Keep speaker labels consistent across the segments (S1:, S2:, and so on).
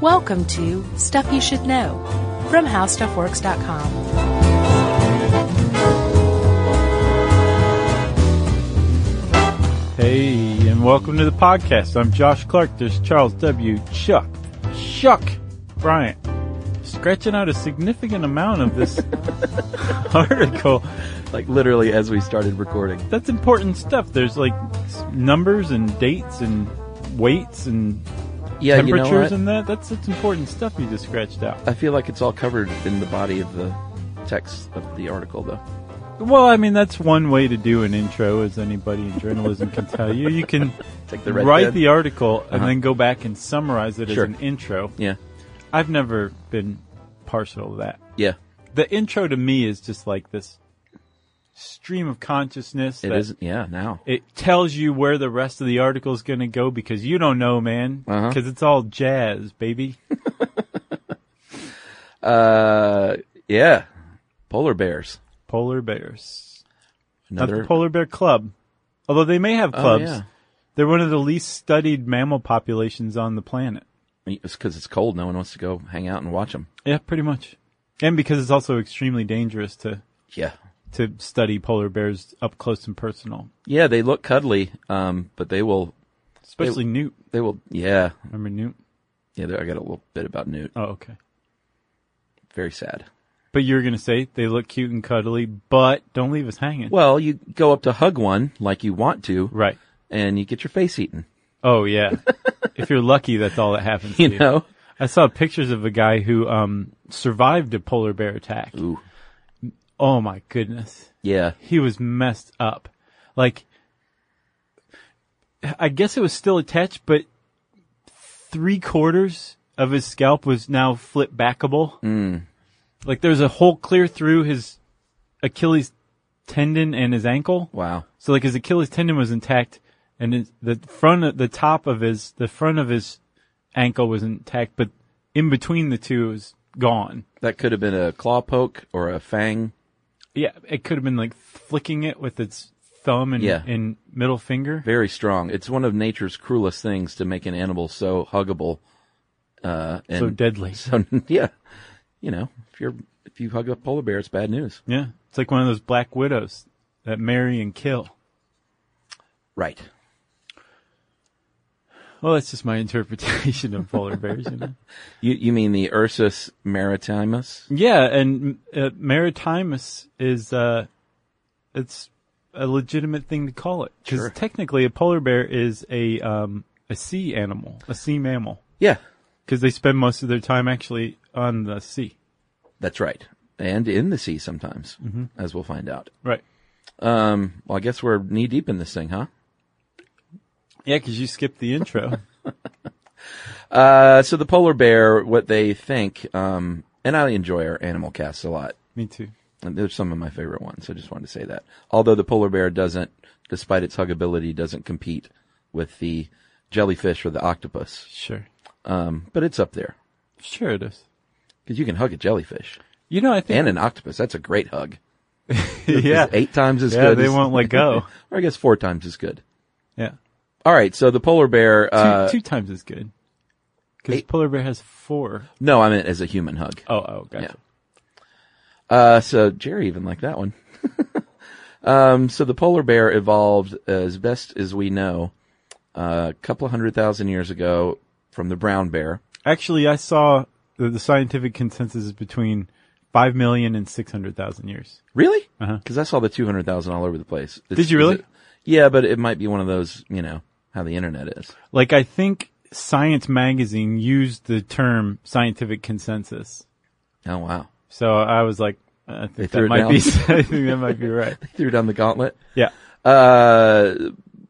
S1: Welcome to Stuff You Should Know from HowStuffWorks.com.
S2: Hey, and welcome to the podcast. I'm Josh Clark. There's Charles W. Chuck. Chuck Bryant. Scratching out a significant amount of this article.
S3: like literally as we started recording.
S2: That's important stuff. There's like s- numbers and dates and weights and
S3: Yeah, you know
S2: temperatures
S3: what?
S2: and that. That's, that's important stuff you just scratched out.
S3: I feel like it's all covered in the body of the text of the article, though.
S2: Well, I mean, that's one way to do an intro, as anybody in journalism can tell you. You can
S3: Take the red
S2: write
S3: pen.
S2: the article and
S3: Uh-huh.
S2: then go back and summarize it
S3: Sure.
S2: as an intro.
S3: Yeah,
S2: I've never been partial to that.
S3: yeah.
S2: The intro to me is just like this stream of consciousness.
S3: It
S2: that
S3: is- Yeah, now
S2: It tells you where the rest of the article is going to go because you don't know, man.
S3: Uh-huh.
S2: Because it's all jazz, baby.
S3: Uh, yeah. Polar bears.
S2: Polar bears. Not
S3: Another.
S2: the Polar Bear Club. Although they may have
S3: Oh,
S2: clubs.
S3: yeah.
S2: They're one of the least studied mammal populations on the planet.
S3: It's because it's cold. No one wants to go hang out and watch them.
S2: Yeah, pretty much. And because it's also extremely dangerous to,
S3: Yeah.
S2: to study polar bears up close and personal.
S3: Yeah, they look cuddly, um, but they will.
S2: Especially Newt.
S3: They will. Yeah,
S2: Remember Newt?
S3: yeah. There, I got a little bit about Newt.
S2: Oh, okay.
S3: Very sad.
S2: But you were going to say they look cute and cuddly, but don't leave us hanging.
S3: Well, you go up to hug one like you want to,
S2: Right.
S3: and you get your face eaten.
S2: Oh, yeah. if you're lucky, that's all that happens to
S3: You
S2: you.
S3: know.
S2: I saw pictures of a guy who um, survived a polar bear attack.
S3: Ooh.
S2: Oh, my goodness.
S3: Yeah.
S2: He was messed up. Like, I guess it was still attached, but three quarters of his scalp was now flip backable. Like, there's a hole clear through his Achilles tendon and his ankle.
S3: Wow.
S2: So like his Achilles tendon was intact, and his, the front, of, the top of his, the front of his ankle was intact, but in between the two it was gone.
S3: That could have been a claw poke or a fang.
S2: Yeah, it could have been like flicking it with its thumb and
S3: Yeah.
S2: and middle finger.
S3: Very strong. It's one of nature's cruelest things to make an animal so huggable. Uh, and
S2: So deadly.
S3: So yeah, you know, if you're if you hug a polar bear, it's bad news.
S2: Yeah, it's like one of those black widows that marry and kill.
S3: Right.
S2: Well, that's just my interpretation of polar bears. You know?
S3: You you mean the Ursus maritimus?
S2: Yeah, and uh, maritimus is uh, it's a legitimate thing to call it because
S3: Sure.
S2: technically a polar bear is a um, a sea animal, a sea mammal,
S3: Yeah,
S2: because they spend most of their time actually on the sea.
S3: that's right. And in the sea sometimes,
S2: Mm-hmm.
S3: as we'll find out.
S2: Right.
S3: Um, well, I guess we're knee deep in this thing, huh?
S2: Yeah, because you skipped the intro.
S3: Uh, so the polar bear, what they think, um, and I enjoy our animal casts a lot.
S2: Me too.
S3: And There's some of my favorite ones. I just wanted to say that. Although the polar bear doesn't, despite its huggability, doesn't compete with the jellyfish or the octopus.
S2: Sure.
S3: Um, but it's up there
S2: Sure it is.
S3: because you can hug a jellyfish
S2: You know, I think
S3: and an octopus. That's a great hug.
S2: yeah,
S3: It's eight times as
S2: Yeah,
S3: good.
S2: they
S3: as-
S2: won't let go.
S3: or I guess four times as good.
S2: yeah, two,
S3: All right. So the polar bear. Uh,
S2: two times as good. Because
S3: eight-
S2: polar bear has four.
S3: No, I meant as a human hug.
S2: Oh, oh, gotcha.
S3: Uh, so Jerry even liked that one. um, so the polar bear evolved, as best as we know, uh, a couple of hundred thousand years ago from the brown bear.
S2: Actually, I saw that the scientific consensus is between 5 million and 600,000 years.
S3: Really?
S2: Uh-huh.
S3: Because I saw the 200,000 all over the place. It's-
S2: Did you really?
S3: is it- yeah, but it might be one of those, you know, how the internet is.
S2: Like, I think Science Magazine used the term scientific consensus.
S3: Oh, wow.
S2: So I was like, I think that
S3: threw it
S2: might
S3: down.
S2: be, I think that might be right.
S3: Threw down the gauntlet.
S2: Yeah.
S3: Uh,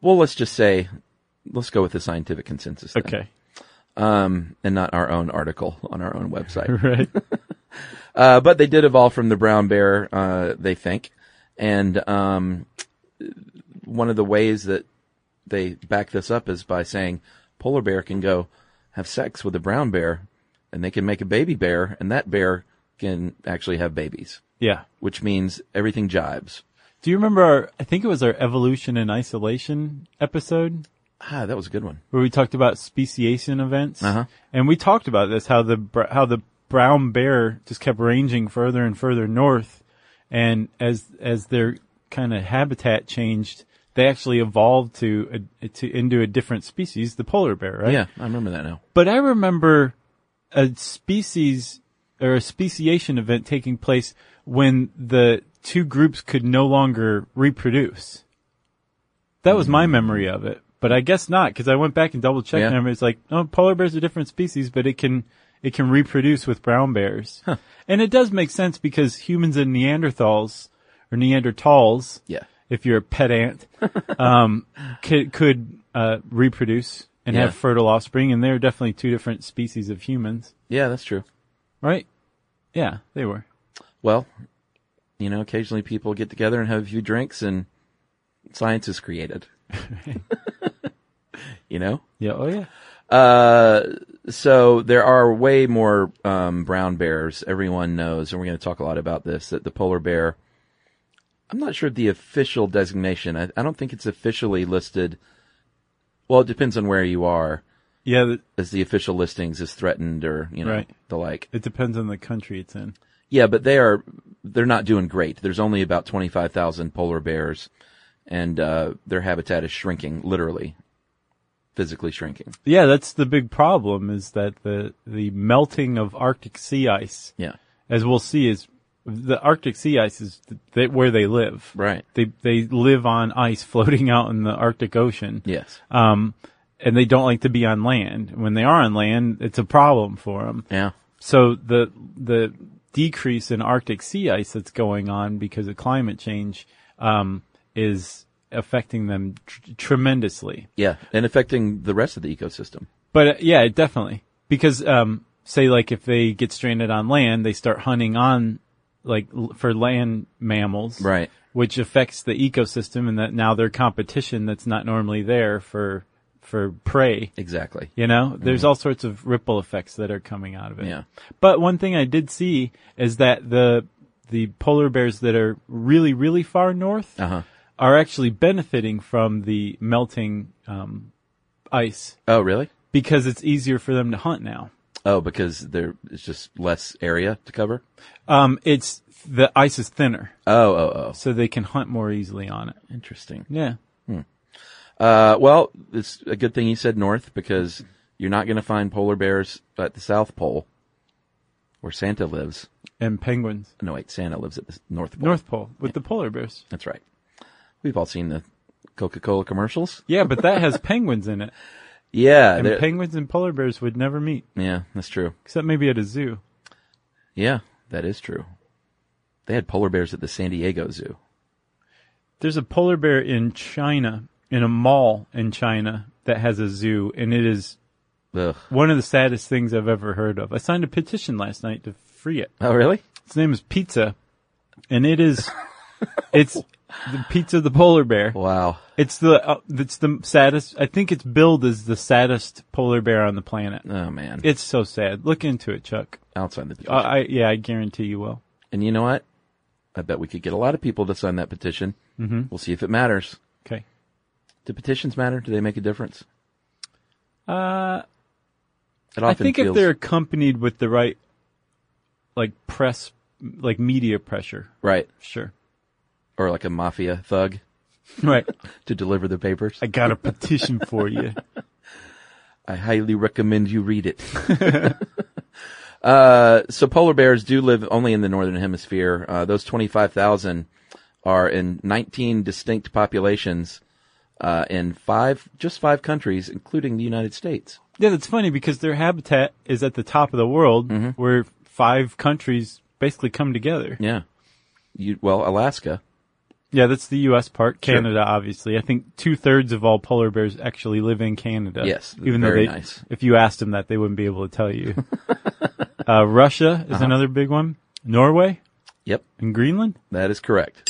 S3: well, let's just say, let's go with the scientific consensus. then.
S2: Okay.
S3: Um, and not our own article on our own website.
S2: Right.
S3: uh, but they did evolve from the brown bear, uh, they think. And, um, one of the ways that they back this up is by saying polar bear can go have sex with a brown bear and they can make a baby bear and that bear can actually have babies,
S2: Yeah.
S3: which means everything jibes.
S2: Do you remember our, I think it was our evolution in isolation episode
S3: Ah, that was a good one.
S2: where we talked about speciation events,
S3: Uh-huh.
S2: and we talked about this how the br- how the brown bear just kept ranging further and further north, and as as their kind of habitat changed, they actually evolved to a, to into a different species, the polar bear, right?
S3: Yeah, I remember that now.
S2: But I remember a species or a speciation event taking place when the two groups could no longer reproduce. That was my memory of it, but I guess not because I went back and double checked
S3: Yeah.
S2: and it's like, no, polar bears are different species, but it can it can reproduce with brown bears, and it does make sense because humans and Neanderthals or Neanderthals,
S3: Yeah.
S2: if you're a pet ant, um, could, could uh, reproduce and
S3: Yeah.
S2: have fertile offspring, and they're definitely two different species of humans,
S3: Yeah, that's true.
S2: right? Yeah, they were.
S3: Well, you know, occasionally people get together and have a few drinks and science is created. you know?
S2: Yeah. Oh, yeah.
S3: Uh, so there are way more um, brown bears. Everyone knows, and we're going to talk a lot about this. That the polar bear, I'm not sure of the official designation. I, I don't think it's officially listed. Well, it depends on where you are,
S2: Yeah. th-
S3: as the official listings is threatened or you know
S2: Right.
S3: the like.
S2: It depends on the country it's in.
S3: Yeah, but they are they're not doing great. There's only about twenty five thousand polar bears, and uh, their habitat is shrinking, literally, physically shrinking.
S2: Yeah, that's the big problem is that the the melting of Arctic sea ice,
S3: Yeah,
S2: as we'll see, is the Arctic sea ice is th- they, where they live.
S3: right.
S2: They they live on ice floating out in the Arctic Ocean.
S3: Yes.
S2: um, and they don't like to be on land. When they are on land, it's a problem for them.
S3: yeah.
S2: So the the decrease in Arctic sea ice that's going on because of climate change um, is affecting them tr- tremendously.
S3: Yeah, and affecting the rest of the ecosystem.
S2: But uh, yeah, definitely because um, say like if they get stranded on land, they start hunting on like l- for land mammals,
S3: Right.
S2: Which affects the ecosystem, and that now their competition that's not normally there for for prey
S3: Exactly.
S2: You know, there's all sorts of ripple effects that are coming out of it.
S3: Mm-hmm. Yeah.
S2: But one thing I did see is that the the polar bears that are really really far north
S3: Uh huh.
S2: are actually benefiting from the melting um, ice
S3: Oh, really?
S2: because it's easier for them to hunt now.
S3: Oh, because there it's just less area to cover.
S2: Um, it's the ice is thinner,
S3: Oh, oh,
S2: so they can hunt more easily on it.
S3: oh. Interesting.
S2: Yeah.
S3: Uh, well, it's a good thing you said north because you're not going to find polar bears at the South Pole, where Santa lives.
S2: And penguins,
S3: No, wait, Santa lives at the North Pole.
S2: North Pole with the polar bears.
S3: That's right. We've all seen the Coca-Cola commercials.
S2: Yeah, but that has penguins in it,
S3: Yeah,
S2: and
S3: they're-
S2: penguins and polar bears would never meet
S3: yeah, that's true.
S2: except maybe at a zoo.
S3: Yeah, that is true. They had polar bears at the San Diego Zoo.
S2: There's a polar bear in China, in a mall in China that has a zoo, and it is
S3: Ugh.
S2: one of the saddest things I've ever heard of. I signed a petition last night to free it.
S3: Oh, really?
S2: Its name is Pizza, and it is, it's the Pizza the polar bear.
S3: Wow.
S2: It's the, uh, it's the saddest, I think it's billed as the saddest polar bear on the planet.
S3: Oh man.
S2: It's so sad. Look into it, Chuck.
S3: Outside the
S2: I, I yeah, I guarantee you will.
S3: And you know what? I bet we could get a lot of people to sign that petition. Mm-hmm. We'll see if it matters.
S2: Okay.
S3: Do petitions matter? Do they make a difference?
S2: Uh,
S3: It
S2: I
S3: often
S2: think if
S3: feels
S2: they're accompanied with the right, like press, like media pressure,
S3: right
S2: sure.
S3: or like a mafia thug
S2: Right.
S3: to deliver the papers.
S2: I
S3: I,
S2: got a petition for you.
S3: highly recommend you read it. uh, so polar bears do live only in the northern hemisphere. Uh, those twenty five thousand are in nineteen distinct populations uh, in five just five countries, including the United States.
S2: Yeah, that's funny because their habitat is at the top of the world
S3: Mm-hmm.
S2: where five countries basically come together.
S3: Yeah. You, well, Alaska.
S2: Yeah, that's the U.S. part. Canada, obviously. I think two thirds of all polar bears actually live in Canada.
S3: Yes,
S2: Even though
S3: very
S2: they,
S3: nice.
S2: if you asked them that, they wouldn't be able to tell you. uh, Russia
S3: Uh-huh.
S2: is another big one. Norway
S3: Yep.
S2: and Greenland.
S3: That is correct.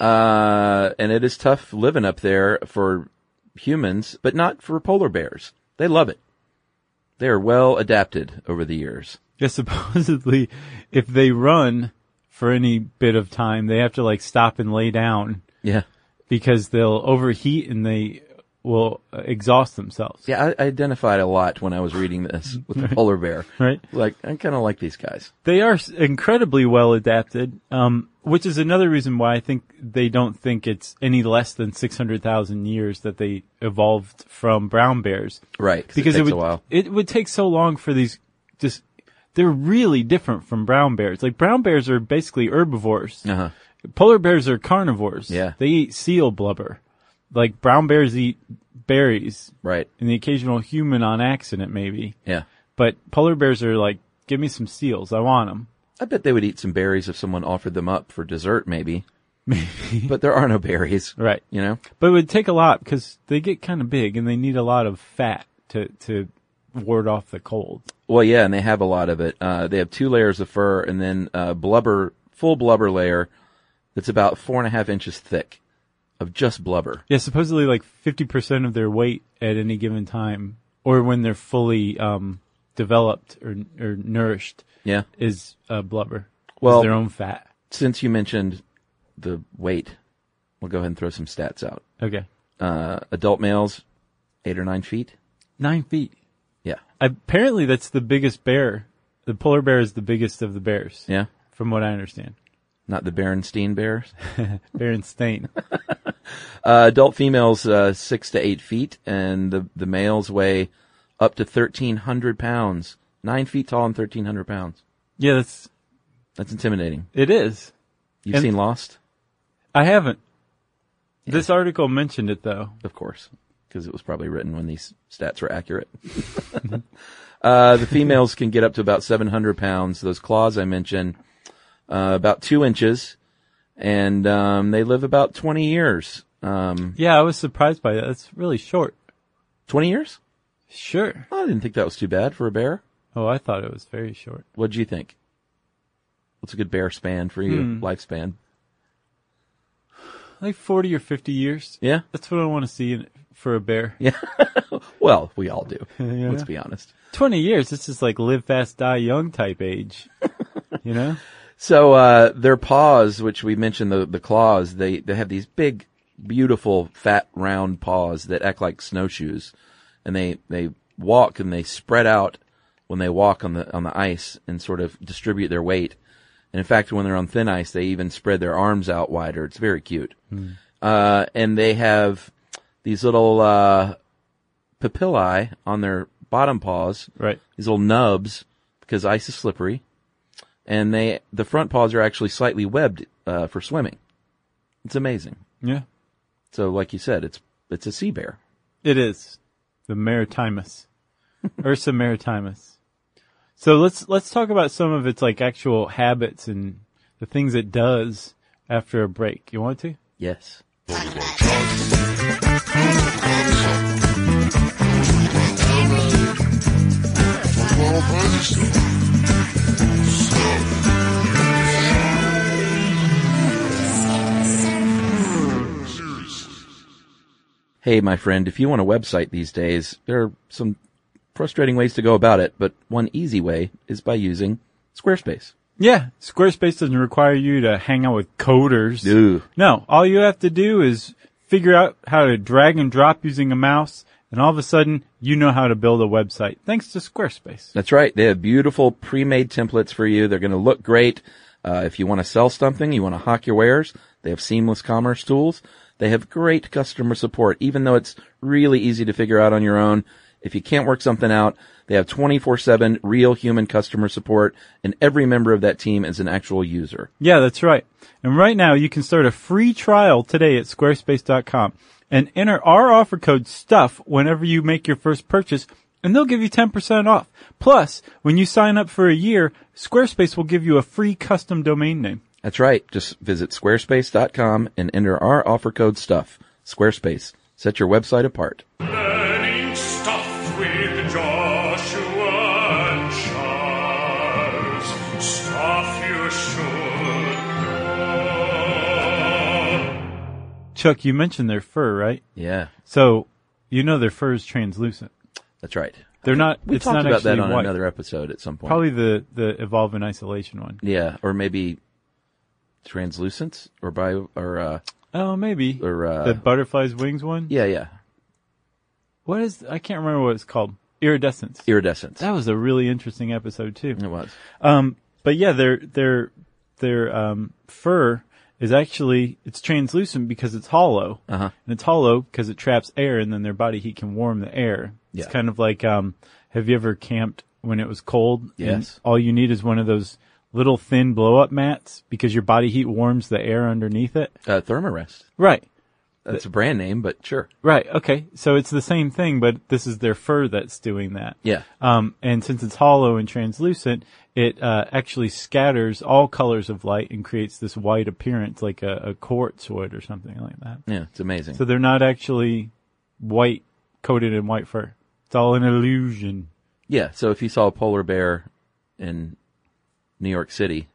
S3: Uh, and it is tough living up there for humans, but not for polar bears. They love it. They are well adapted over the years.
S2: Yeah, supposedly, if they run for any bit of time, they have to like stop and lay down
S3: Yeah.
S2: because they'll overheat and they will uh, exhaust themselves.
S3: Yeah, I I identified a lot when I was reading this with the polar bear.
S2: Right.
S3: Like, I kind of like these guys.
S2: They are s- incredibly well adapted, um, which is another reason why I think they don't think it's any less than 600,000 years that they evolved from brown bears.
S3: Right.
S2: Because
S3: it takes
S2: would,
S3: a while.
S2: it would take so long for these just, they're really different from brown bears. Like brown bears are basically herbivores.
S3: Uh-huh.
S2: Polar bears are carnivores.
S3: Yeah.
S2: They eat seal blubber. Like brown bears eat berries
S3: Right.
S2: and the occasional human on accident maybe.
S3: Yeah.
S2: But polar bears are like, give me some seals. I want them.
S3: I bet they would eat some berries if someone offered them up for dessert, maybe. Maybe. But there are no berries.
S2: Right.
S3: You know?
S2: But it would take a lot because they get kind of big and they need a lot of fat to, to ward off the cold.
S3: Well, yeah, and they have a lot of it. Uh, they have two layers of fur and then uh, blubber, full blubber layer that's about four and a half inches thick of just blubber.
S2: Yeah, supposedly like 50% of their weight at any given time or when they're fully, um, developed or, or nourished
S3: Yeah.
S2: is uh, blubber. It's
S3: Well-
S2: their own fat.
S3: Since you mentioned the weight, we'll go ahead and throw some stats out.
S2: Okay.
S3: Uh, adult males, eight or nine feet.
S2: Nine feet.
S3: Yeah.
S2: Apparently that's the biggest bear. The polar bear is the biggest of the bears.
S3: Yeah.
S2: From what I understand.
S3: Not the Berenstein bears.
S2: Berenstain.
S3: Uh, adult females, uh, six to eight feet, and the, the males weigh up to 1,300 pounds. Nine feet tall and 1,300 pounds.
S2: yeah, that's,
S3: That's intimidating.
S2: it is.
S3: You've
S2: And-
S3: seen Lost?
S2: I haven't. This article mentioned it though.
S3: Of course, because it was probably written when these stats were accurate. uh, the females can get up to about 700 pounds. Those claws I mentioned, uh, about two inches, and um, they live about 20 years. Um,
S2: Yeah, I was surprised by that. That's really short.
S3: 20 years?
S2: Sure.
S3: I didn't think that was too bad for a bear.
S2: Oh, I thought it was very short.
S3: What do you think? What's a good bear span for you? Lifespan?
S2: Like 40 or 50 years.
S3: Yeah.
S2: That's what I want to see in, for a bear.
S3: Well, we all do. Let's be honest.
S2: 20 years. This is like live fast, die young type age. you know?
S3: So uh, their paws, which we mentioned the the claws, they they have these big, beautiful, fat, round paws that act like snowshoes, and they they walk and they spread out when they walk on the on the ice and sort of distribute their weight. And in fact, when they're on thin ice, they even spread their arms out wider. It's very cute. Uh, and they have these little uh, papillae on their bottom paws
S2: Right.
S3: these little nubs because ice is slippery, and they the front paws are actually slightly webbed uh, for swimming. It's amazing.
S2: Yeah.
S3: So, like you said, it's it's a sea bear.
S2: It is the Maritimus, Ursa Maritimus. So let's let's talk about some of its like actual habits and the things it does after a break. You want to?
S3: Yes. Hey, my friend, if you want a website these days, there are some frustrating ways to go about it, but one easy way is by using Squarespace.
S2: Yeah, Squarespace doesn't require you to hang out with coders.
S3: Ooh.
S2: No, all you have to do is figure out how to drag and drop using a mouse, and all of a sudden you know how to build a website thanks to Squarespace.
S3: That's right. They have beautiful pre-made templates for you. They're going to look great. Uh, if you want to sell something, you want to hawk your wares, they have seamless commerce tools. They have great customer support, even though it's really easy to figure out on your own. If you can't work something out, they have 24-7 real human customer support and every member of that team is an actual user.
S2: Yeah, that's right. And right now you can start a free trial today at squarespace.com and enter our offer code STUFF whenever you make your first purchase and they'll give you 10% off. Plus, when you sign up for a year, Squarespace will give you a free custom domain name.
S3: That's right. Just visit squarespace.com and enter our offer code stuff. Squarespace. Set your website apart.
S4: Learning stuff with Joshua and Charles. Stuff you should know.
S2: Chuck, you mentioned their fur, right?
S3: Yeah.
S2: So, you know their fur is translucent.
S3: That's right.
S2: They're not,
S3: We
S2: it's
S3: talked
S2: not
S3: about
S2: actually
S3: that on
S2: white.
S3: another episode at some point.
S2: Probably the, the evolve in isolation one.
S3: Yeah, or maybe translucence or bio or uh
S2: Oh, maybe.
S3: Or, uh,
S2: the butterfly's wings one?
S3: yeah, yeah.
S2: What is? I can't remember what it's called. Iridescence.
S3: Iridescence.
S2: that was a really interesting episode too.
S3: It was.
S2: Um, but yeah, their their their um, fur is actually it's translucent because it's hollow,
S3: Uh-huh.
S2: and it's hollow because it traps air, and then their body heat can warm the air. It's
S3: Yeah.
S2: kind of like um, have you ever camped when it was cold? and
S3: Yes.
S2: all you need is one of those little thin blow up mats because your body heat warms the air underneath it.
S3: Uh, Thermarest.
S2: Right.
S3: That's a brand name, but sure.
S2: Right. Okay. So it's the same thing, but this is their fur that's doing that.
S3: Yeah.
S2: Um, and since it's hollow and translucent, it uh, actually scatters all colors of light and creates this white appearance, like a, a quartz would or something like that.
S3: Yeah, it's amazing.
S2: So they're not actually white coated in white fur. It's all an illusion.
S3: yeah, so if you saw a polar bear in New York City,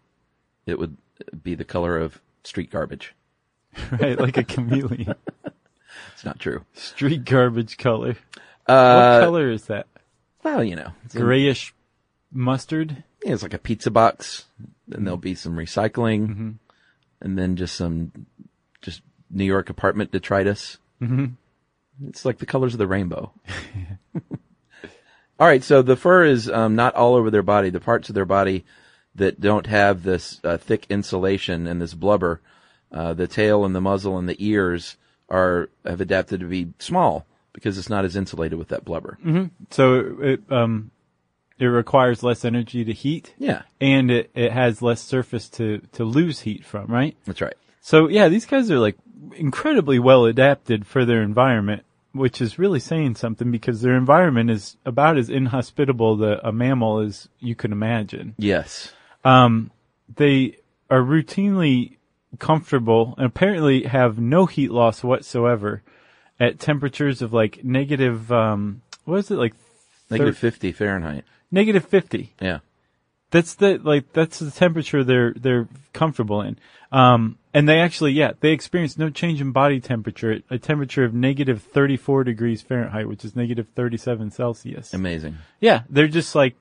S3: it would be the color of street garbage.
S2: Right, like a chameleon.
S3: It's not true.
S2: Street garbage color.
S3: Uh,
S2: what color is that?
S3: Well, you know, it's,
S2: Grayish mustard?
S3: yeah, it's like a pizza box, and there'll be some recycling, and then just some just New York apartment detritus. Mm-hmm. It's like the colors of the rainbow. all right, so the fur is um, not all over their body. The parts of their body that don't have this uh, thick insulation and this blubber, uh, the tail and the muzzle and the ears are have adapted to be small because it's not as insulated with that blubber.
S2: So it, it, um, it requires less energy to heat.
S3: Yeah,
S2: And it, it has less surface to, to lose heat from, right?
S3: that's right.
S2: So yeah, these guys are like incredibly well adapted for their environment, which is really saying something because their environment is about as inhospitable to a mammal as you can imagine.
S3: Yes.
S2: They are routinely comfortable and apparently have no heat loss whatsoever at temperatures of like negative, um, what is it like?
S3: Negative
S2: thir-
S3: 50 Fahrenheit.
S2: negative 50.
S3: Yeah.
S2: That's the like that's the temperature they're they're comfortable in. Um, and they actually yeah they experience no change in body temperature at a temperature of negative 34 degrees Fahrenheit, which is negative 37 Celsius.
S3: Amazing.
S2: yeah, they're just like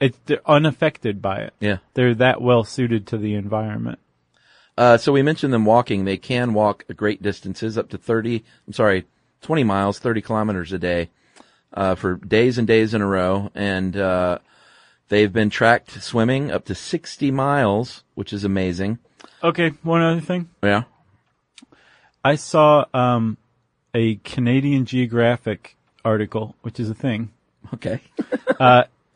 S2: it, they're unaffected by it.
S3: Yeah.
S2: They're that well suited to the environment.
S3: Uh, so we mentioned them walking. They can walk great distances up to 30, I'm sorry, 20 miles, 30 kilometers a day, uh, for days and days in a row. And, uh, they've been tracked swimming up to 60 miles, which is amazing.
S2: Okay, one other thing.
S3: Yeah.
S2: I saw um, a Canadian Geographic article, which is a thing.
S3: Okay.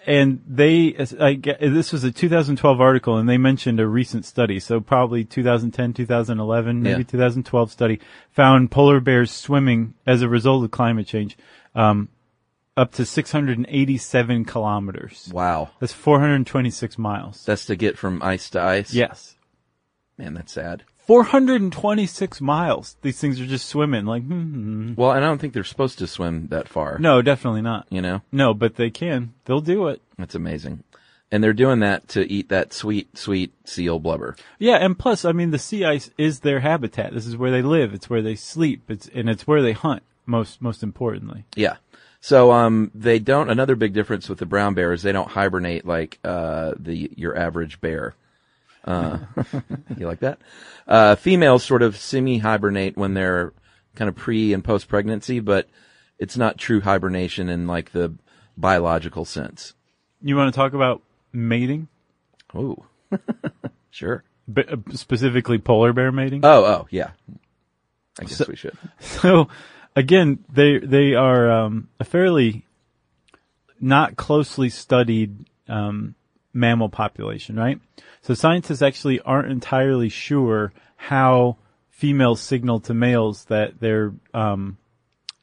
S2: and they, as I ge- this was a 2012 article and they mentioned a recent study. So probably 2010, 2011, maybe
S3: Yeah.
S2: 2012 study found polar bears swimming as a result of climate change, um, up to 687 kilometers.
S3: wow.
S2: That's 426 miles.
S3: That's to get from ice to ice.
S2: yes.
S3: Man, that's sad.
S2: 426 miles. These things are just swimming like, hmm.
S3: Well, and I don't think they're supposed to swim that far.
S2: No, definitely not.
S3: You know?
S2: No, but they can. They'll do it.
S3: That's amazing. And they're doing that to eat that sweet, sweet seal blubber.
S2: Yeah, and plus, I mean, the sea ice is their habitat. This is where they live. It's where they sleep. It's and it's where they hunt. Most most importantly,
S3: Yeah. So um, they don't. Another big difference with the brown bear is they don't hibernate like uh, the your average bear. Uh, you like that? Uh, females sort of semi hibernate when they're kind of pre and post pregnancy, but it's not true hibernation in like the biological sense.
S2: you want to talk about mating,
S3: Oh, sure.
S2: B- uh, specifically polar bear mating.
S3: Oh, oh, yeah. I guess we should.
S2: so, again, they they are um, a fairly not closely studied um, mammal population, right? So scientists actually aren't entirely sure how females signal to males that they're um,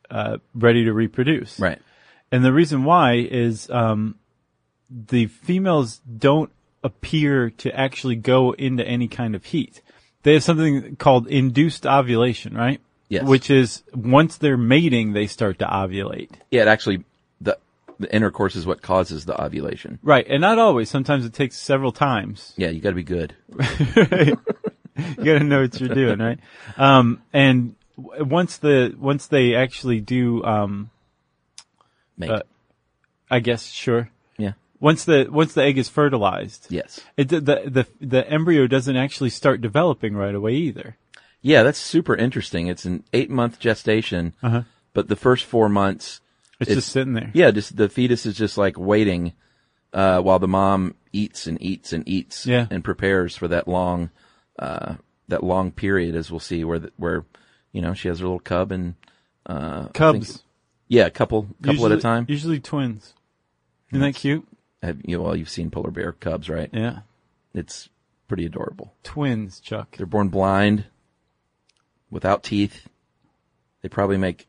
S2: uh, ready to reproduce,
S3: Right.
S2: And the reason why is um, the females don't appear to actually go into any kind of heat. They have something called induced ovulation, right?
S3: Yes.
S2: Which is once they're mating, they start to ovulate.
S3: Yeah, it actually the the intercourse is what causes the ovulation.
S2: Right. And not always. Sometimes it takes several times.
S3: Yeah, you got to be good.
S2: You gotta know what you're doing, right? Um, and w- once the, once they actually do, um,
S3: Mate.
S2: Uh, I guess, sure.
S3: yeah.
S2: Once the, once the egg is fertilized.
S3: Yes.
S2: It, the, the the embryo doesn't actually start developing right away either. Uh-huh.
S3: Yeah, that's super interesting. It's an eight month gestation, but the first four months
S2: It's,
S3: It's-
S2: just sitting there.
S3: Yeah, just the fetus is just like waiting uh, while the mom eats and eats and eats
S2: Yeah.
S3: and prepares for that long uh, that long period, as we'll see, where the, where you know she has her little cub and
S2: Cubs.
S3: yeah, a couple couple
S2: usually,
S3: at a time.
S2: Usually twins. Isn't that cute?
S3: Have you, well, you've seen polar bear cubs, right?
S2: Yeah.
S3: It's pretty adorable.
S2: Twins, Chuck.
S3: They're born blind, without teeth. They probably make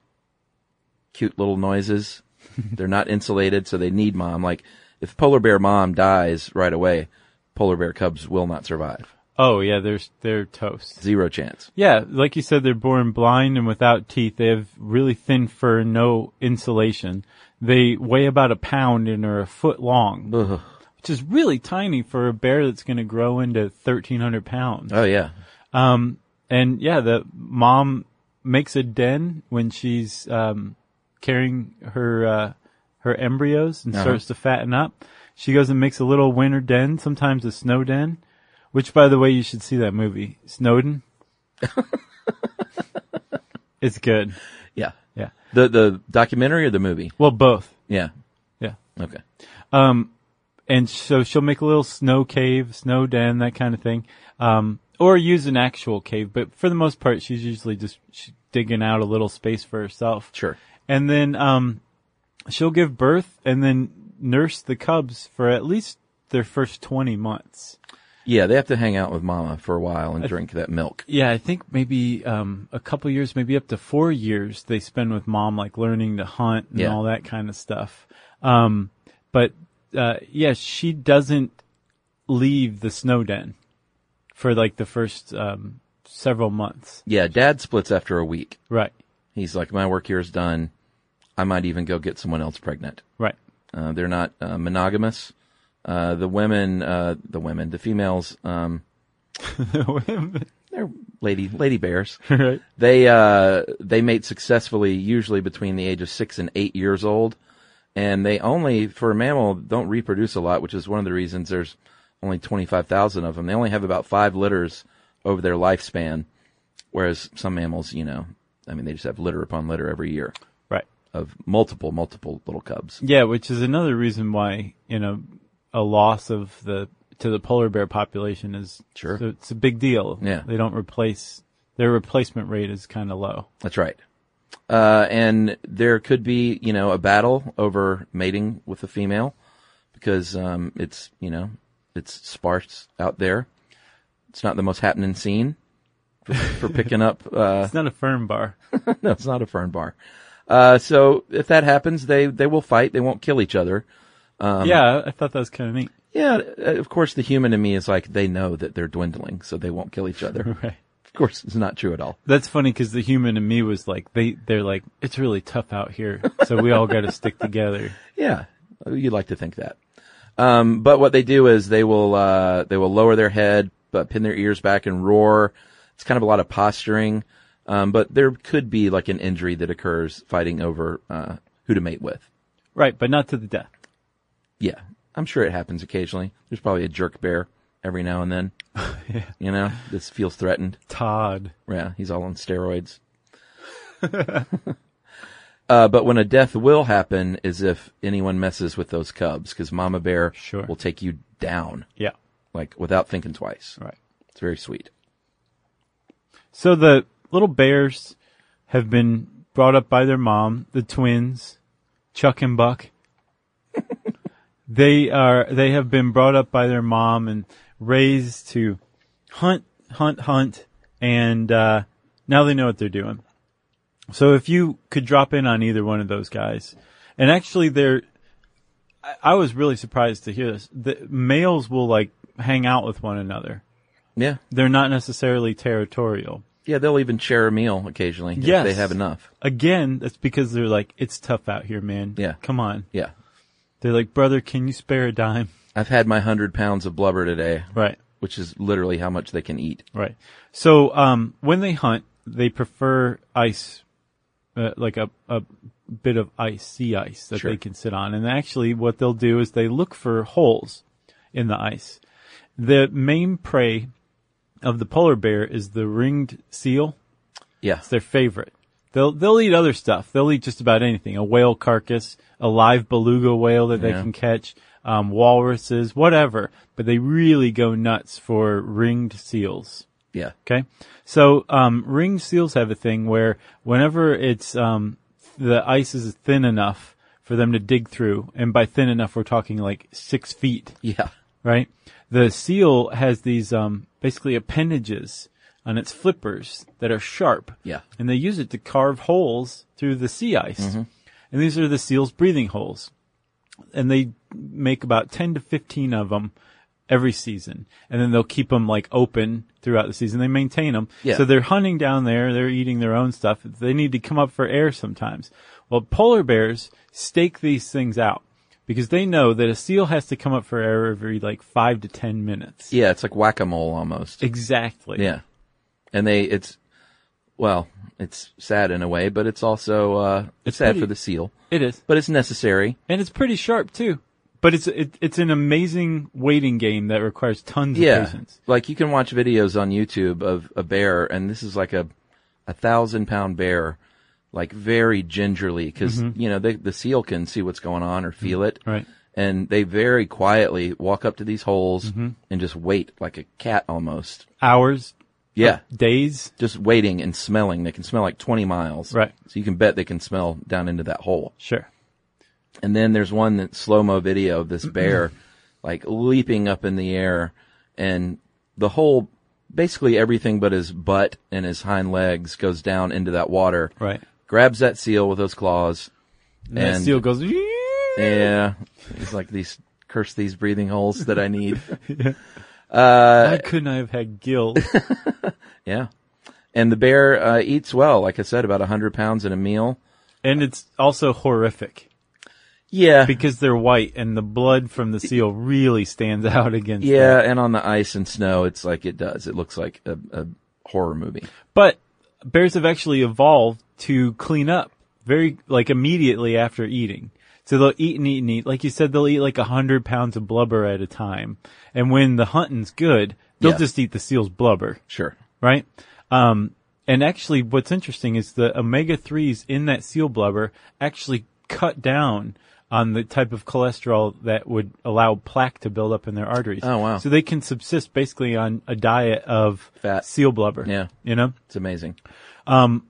S3: cute little noises. They're not insulated, so they need mom. Like, if polar bear mom dies right away, polar bear cubs will not survive.
S2: Oh yeah, they're they're toast.
S3: Zero chance.
S2: Yeah, like you said, they're born blind and without teeth. They have really thin fur, no insulation. They weigh about a pound and are a foot long,
S3: Ugh.
S2: which is really tiny for a bear that's going to grow into thirteen hundred pounds.
S3: Oh, yeah.
S2: and yeah, the mom makes a den when she's um, carrying her uh, her embryos and
S3: Uh-huh.
S2: starts to fatten up. She goes and makes a little winter den, sometimes a snow den. Which, by the way, you should see that movie, Snowden. it's good.
S3: Yeah.
S2: Yeah.
S3: The, the documentary or the movie?
S2: Well, both.
S3: Yeah.
S2: Yeah.
S3: Okay.
S2: and so she'll make a little snow cave, snow den, that kind of thing, um, or use an actual cave. But for the most part, she's usually just sh digging out a little space for herself.
S3: Sure.
S2: And then um, she'll give birth and then nurse the cubs for at least their first twenty months.
S3: Yeah, they have to hang out with mama for a while and drink that milk.
S2: Yeah, I think maybe um, a couple years, maybe up to four years, they spend with mom, like learning to hunt and
S3: Yeah.
S2: all that kind of stuff. Um, but uh, yeah, she doesn't leave the snow den for like the first um, several months.
S3: Yeah, dad splits after a week.
S2: Right,
S3: He's like, my work here is done. I might even go get someone else pregnant.
S2: right.
S3: Uh, they're not uh, monogamous. Uh, the women, uh, the women, the females, um, they're lady lady bears.
S2: right.
S3: They uh, they mate successfully, usually between the age of six and eight years old, and they only for a mammal don't reproduce a lot, which is one of the reasons there's only twenty five thousand of them. They only have about five litters over their lifespan, whereas some mammals, you know, I mean, they just have litter upon litter every year
S2: Right.
S3: of multiple multiple little cubs.
S2: Yeah, which is another reason why you know a loss of the to the polar bear population is
S3: Sure.
S2: so it's a big deal.
S3: Yeah.
S2: they don't replace their replacement rate is kind of low.
S3: That's right. Uh, and there could be, you know, a battle over mating with a female because, um, it's, you know, it's sparse out there. It's not the most happening scene for, for picking up, uh,
S2: It's not a firm bar.
S3: no, it's not a fern bar. Uh, so if that happens, they, they will fight. They won't kill each other. um,
S2: yeah, I thought that was kind of neat.
S3: Yeah. uh, Of course, the human in me is like, they know that they're dwindling, so they won't kill each other.
S2: Right.
S3: Of course, it's not true at all.
S2: That's funny because the human in me was like, they, they're like, it's really tough out here. So we all got to stick together.
S3: Yeah, you'd like to think that. Um, but what they do is they will uh, they will lower their head, but pin their ears back and roar. It's kind of a lot of posturing, um, but there could be like an injury that occurs fighting over uh, who to mate with.
S2: Right. But not to the death.
S3: Yeah, I'm sure it happens occasionally. There's probably a jerk bear every now and then. You know, this feels threatened.
S2: Todd.
S3: Yeah, he's all on steroids. uh, but when a death will happen is if anyone messes with those cubs, because Mama Bear
S2: Sure.
S3: will take you down,
S2: Yeah.
S3: like without thinking twice.
S2: Right.
S3: It's very sweet.
S2: So the little bears have been brought up by their mom, the twins, Chuck and Buck. they are, they have been brought up by their mom and raised to hunt, hunt, hunt. And, uh, now they know what they're doing. So if you could drop in on either one of those guys, and actually they're, I, I was really surprised to hear this. The males will like hang out with one another.
S3: Yeah,
S2: They're not necessarily territorial.
S3: yeah, they'll even share a meal occasionally if
S2: Yes.
S3: they have enough.
S2: Again, that's because they're like, it's tough out here, man.
S3: Yeah.
S2: Come on.
S3: Yeah,
S2: They're like, brother, can you spare a dime?
S3: I've had my hundred pounds of blubber today,
S2: Right.
S3: which is literally how much they can eat.
S2: Right. So, um, when they hunt, they prefer ice, uh, like a, a bit of ice, sea ice that
S3: Sure.
S2: they can sit on. And actually what they'll do is they look for holes in the ice. The main prey of the polar bear is the ringed seal.
S3: Yeah,
S2: It's their favorite. They'll they'll eat other stuff. They'll eat just about anything. A whale carcass, a live beluga whale that they
S3: Yeah.
S2: can catch, um, walruses, whatever. But they really go nuts for ringed seals.
S3: Yeah.
S2: Okay. So, um, ring seals have a thing where whenever it's, um, the ice is thin enough for them to dig through, and by thin enough, we're talking like six feet,
S3: Yeah.
S2: right? The seal has these, um, basically appendages on its flippers that are sharp.
S3: Yeah.
S2: And they use it to carve holes through the sea ice. And these are the seal's breathing holes. And they make about 10 to 15 of them every season. And then they'll keep them like open throughout the season. They maintain them.
S3: Yeah.
S2: So they're hunting down there. They're eating their own stuff. They need to come up for air sometimes. Well, polar bears stake these things out because they know that a seal has to come up for air every like five to 10 minutes.
S3: Yeah. It's like whack a mole almost.
S2: Exactly.
S3: Yeah. And they, it's, well, it's sad in a way, but it's also, uh, it's
S2: It's
S3: sad
S2: pretty-
S3: for the seal,
S2: It is.
S3: but it's necessary.
S2: and it's pretty sharp too. But it's it, it's an amazing waiting game that requires tons
S3: Yeah.
S2: of patience.
S3: Like you can watch videos on YouTube of a bear and this is like a, a thousand pound bear, like very gingerly because, you know, they, the seal can see what's going on or feel it.
S2: Mm-hmm. Right.
S3: And they very quietly walk up to these holes
S2: Mm-hmm.
S3: and just wait like a cat almost.
S2: Hours,
S3: Yeah.
S2: days.
S3: Just waiting and smelling. They can smell like 20 miles.
S2: Right.
S3: So you can bet they can smell down into that hole.
S2: Sure.
S3: And then there's one that slow mo video of this bear like leaping up in the air and the whole, basically everything but his butt and his hind legs goes down into that water.
S2: Right.
S3: Grabs that seal with those claws.
S2: And, that seal goes. Yeah.
S3: Yeah. It's like these, curse these breathing holes that I need.
S2: Why couldn't I have had Gil?
S3: yeah. And the bear uh, eats well, like I said, about 100 pounds in a meal.
S2: and it's also horrific
S3: Yeah.
S2: because they're white and the blood from the seal really stands out against.
S3: Yeah,
S2: that.
S3: and on the ice and snow, it's like it does. It looks like a, a horror movie.
S2: But bears have actually evolved to clean up very like immediately after eating. So they'll eat and eat and eat. Like you said, they'll eat like a hundred pounds of blubber at a time. And when the hunting's good, they'll
S3: Yeah.
S2: just eat the seal's blubber,
S3: Sure.
S2: right? Um, and actually what's interesting is the omega threes in that seal blubber actually cut down on the type of cholesterol that would allow plaque to build up in their arteries.
S3: Oh, wow.
S2: So they can subsist basically on a diet of
S3: Fat.
S2: seal blubber.
S3: Yeah.
S2: You know?
S3: It's amazing.
S2: and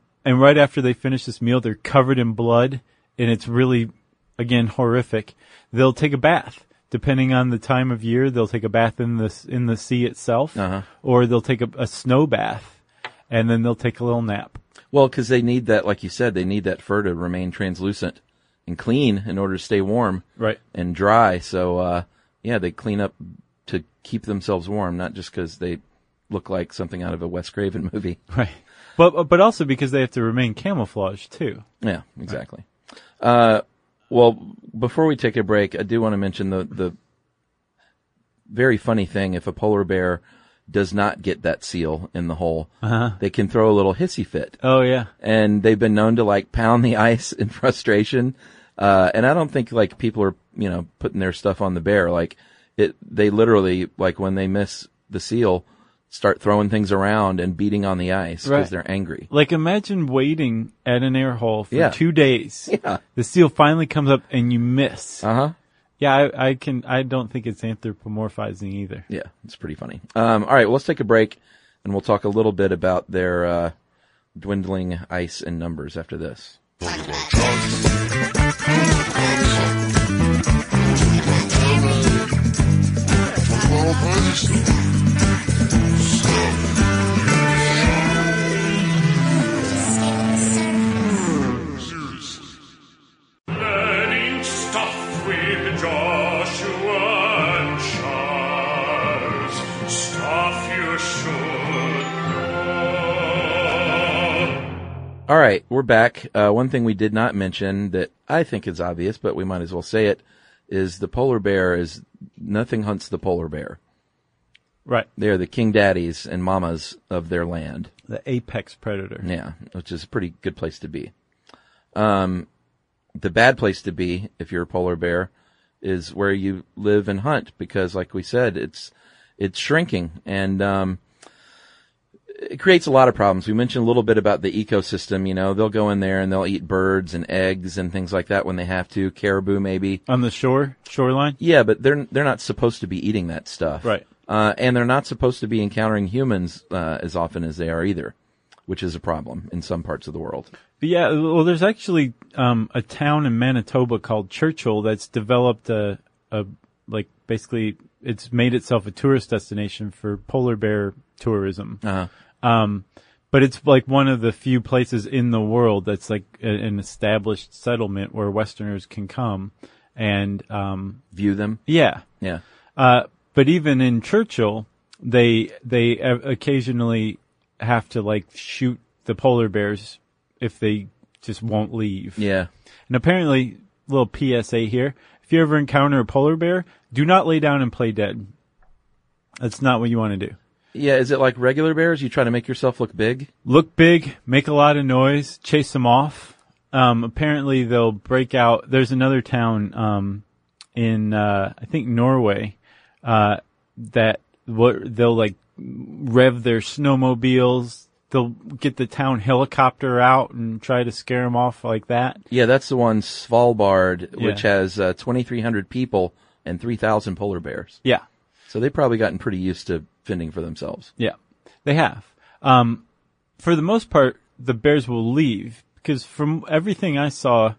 S2: right after they finish this meal, they're covered in blood, and it's really, again, horrific. They'll take a bath. Depending on the time of year, they'll take a bath in the s- in the sea itself,
S3: Uh-huh.
S2: or they'll take a, a snow bath, and then they'll take a little nap.
S3: Well, because they need that, like you said, they need that fur to remain translucent and clean in order to stay warm
S2: Right.
S3: and dry. So, uh, yeah, they clean up to keep themselves warm, not just because they look like something out of a Wes Craven movie.
S2: Right. But but also because they have to remain camouflaged too.
S3: Yeah, exactly. Uh, well, before we take a break, I do want to mention the, the very funny thing. If a polar bear does not get that seal in the hole, they can throw a little hissy fit
S2: Oh yeah.
S3: and they've been known to like pound the ice in frustration. Uh, and I don't think like people are, you know, putting their stuff on the bear. Like it, they literally, like when they miss the seal, start throwing things around and beating on the ice because
S2: Right.
S3: they're angry.
S2: Like imagine waiting at an air hole for
S3: Yeah.
S2: two days.
S3: Yeah.
S2: The seal finally comes up and you miss.
S3: Uh huh.
S2: yeah, I, I can. I don't think it's anthropomorphizing either.
S3: Yeah. It's pretty funny. Um, all right. Well, let's take a break and we'll talk a little bit about their, uh, dwindling ice and numbers after this.
S4: Learning stuff with Joshua and Charles. Stuff you should know.
S3: All right, we're back. Uh, one thing we did not mention that I think is obvious, but we might as well say it, is the polar bear is nothing hunts the polar bear.
S2: Right.
S3: They are the king daddies and mamas of their land.
S2: The apex predator.
S3: Yeah, which is a pretty good place to be. Um, the bad place to be if you're a polar bear is where you live and hunt because, like we said, it's it's shrinking and um, it creates a lot of problems. We mentioned a little bit about the ecosystem. You know, they'll go in there and they'll eat birds and eggs and things like that when they have to. Caribou, maybe.
S2: on the shore shoreline.
S3: Yeah, but they're they're not supposed to be eating that stuff,
S2: Right.
S3: Uh, and they're not supposed to be encountering humans uh, as often as they are either, which is a problem in some parts of the world.
S2: But yeah, well, there's actually um, a town in Manitoba called Churchill that's developed a, a like basically it's made itself a tourist destination for polar bear tourism.
S3: Uh-huh.
S2: Um, but it's like one of the few places in the world that's like a, an established settlement where Westerners can come and um,
S3: View them,
S2: yeah.
S3: yeah,
S2: Uh, but even in Churchill, they they uh, occasionally have to like shoot the polar bears if they just won't leave.
S3: yeah.
S2: And apparently, little PSA here: if you ever encounter a polar bear, do not lay down and play dead. That's not what you want to do.
S3: Yeah, is it like regular bears? You try to make yourself look big?
S2: Look big, make a lot of noise, chase them off. Um, apparently, they'll break out. There's another town um, in uh, I think Norway uh, that what they'll like rev their snowmobiles. They'll get the town helicopter out and try to scare them off like that.
S3: Yeah, that's the one Svalbard,
S2: Yeah.
S3: which has uh, 2,300 people and 3,000 polar bears.
S2: Yeah,
S3: So they've probably gotten pretty used to fending for themselves.
S2: Yeah, they have. Um, for the most part, the bears will leave because from everything I saw,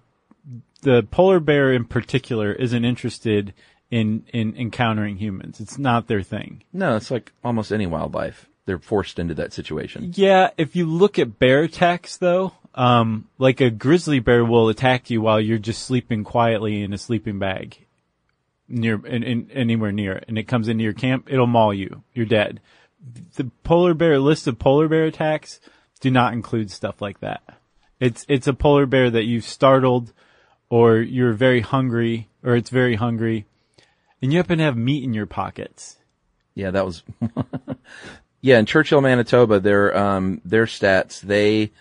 S2: the polar bear in particular isn't interested in in encountering humans. It's not their thing.
S3: No, it's like almost any wildlife. They're forced into that situation.
S2: Yeah, if you look at bear attacks though, um, like a grizzly bear will attack you while you're just sleeping quietly in a sleeping bag near in, in anywhere near it, and it comes into your camp, it'll maul you. You're dead. The polar bear list of polar bear attacks do not include stuff like that. It's it's a polar bear that you've startled or you're very hungry or it's very hungry and you happen to have meat in your pockets.
S3: Yeah, that was. yeah, in Churchill, Manitoba, their um their stats they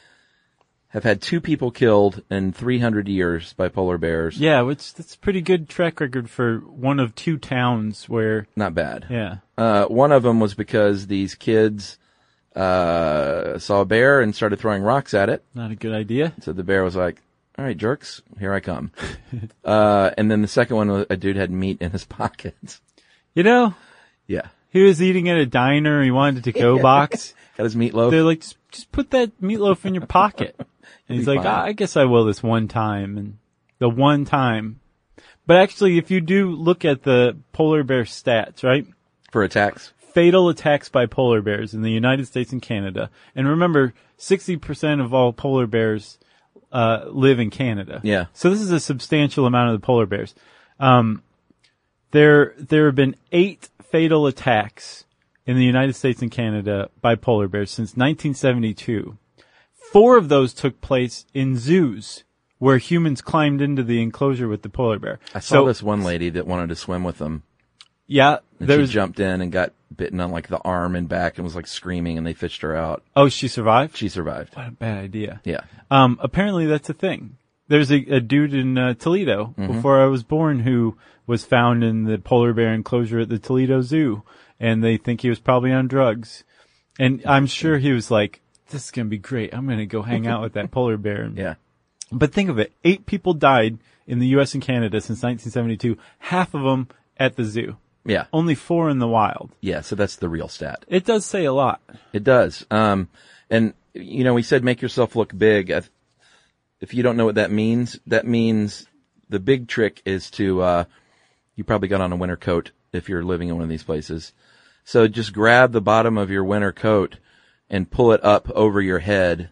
S3: have had two people killed in 300 years by polar bears.
S2: Yeah, which that's a pretty good track record for one of two towns where
S3: Not bad.
S2: yeah.
S3: Uh, one of them was because these kids uh saw a bear and started throwing rocks at it.
S2: Not a good idea.
S3: So the bear was like, "All right, jerks, here I come." uh, and then the second one, was, a dude had meat in his pocket.
S2: You know,
S3: yeah,
S2: he was eating at a diner. He wanted to go box.
S3: got his meatloaf.
S2: They're like, just, just put that meatloaf in your pocket. And he's
S3: be
S2: like,
S3: fine.
S2: "Ah, I guess I will this one time. And the one time. But actually, if you do look at the polar bear stats, right?
S3: for attacks.
S2: Fatal attacks by polar bears in the United States and Canada. And remember, 60% of all polar bears uh, live in Canada.
S3: Yeah.
S2: So this is a substantial amount of the polar bears. Um, there there have been eight fatal attacks in the United States and Canada by polar bears since 1972. Four of those took place in zoos where humans climbed into the enclosure with the polar bear.
S3: I saw this one lady that wanted to swim with them.
S2: Yeah,
S3: And
S2: there's
S3: she jumped in and got bitten on like the arm and back and was like screaming and they fished her out.
S2: oh she survived.
S3: She survived.
S2: What a bad idea.
S3: Yeah.
S2: Um, apparently that's a thing. There's a, a dude in uh, Toledo before I was born who was found in the polar bear enclosure at the Toledo Zoo, and they think he was probably on drugs. And I'm sure he was like, "This is gonna be great. I'm gonna go hang out with that polar bear." And-
S3: Yeah.
S2: But think of it: eight people died in the U.S. and Canada since 1972. Half of them at the zoo.
S3: Yeah.
S2: Only four in the wild.
S3: Yeah. So that's the real stat.
S2: It does say a lot.
S3: It does. Um, and you know, we said make yourself look big. I, if you don't know what that means, that means the big trick is to, uh, you probably got on a winter coat if you're living in one of these places. So just grab the bottom of your winter coat and pull it up over your head,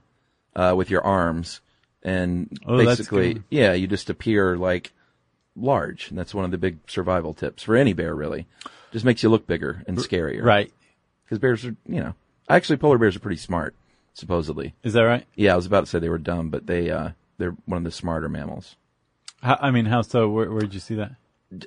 S3: uh, with your arms. And
S2: Oh, that's
S3: basically,
S2: good.
S3: yeah, you just appear like large. And that's one of the big survival tips for any bear, really. Just makes you look bigger and scarier
S2: Right?
S3: because bears are, you know, actually polar bears are pretty smart, supposedly.
S2: Is that right?
S3: Yeah, I was about to say they were dumb, but they uh, they're one of the smarter mammals.
S2: How, I mean, how so? Where, where'd you see that?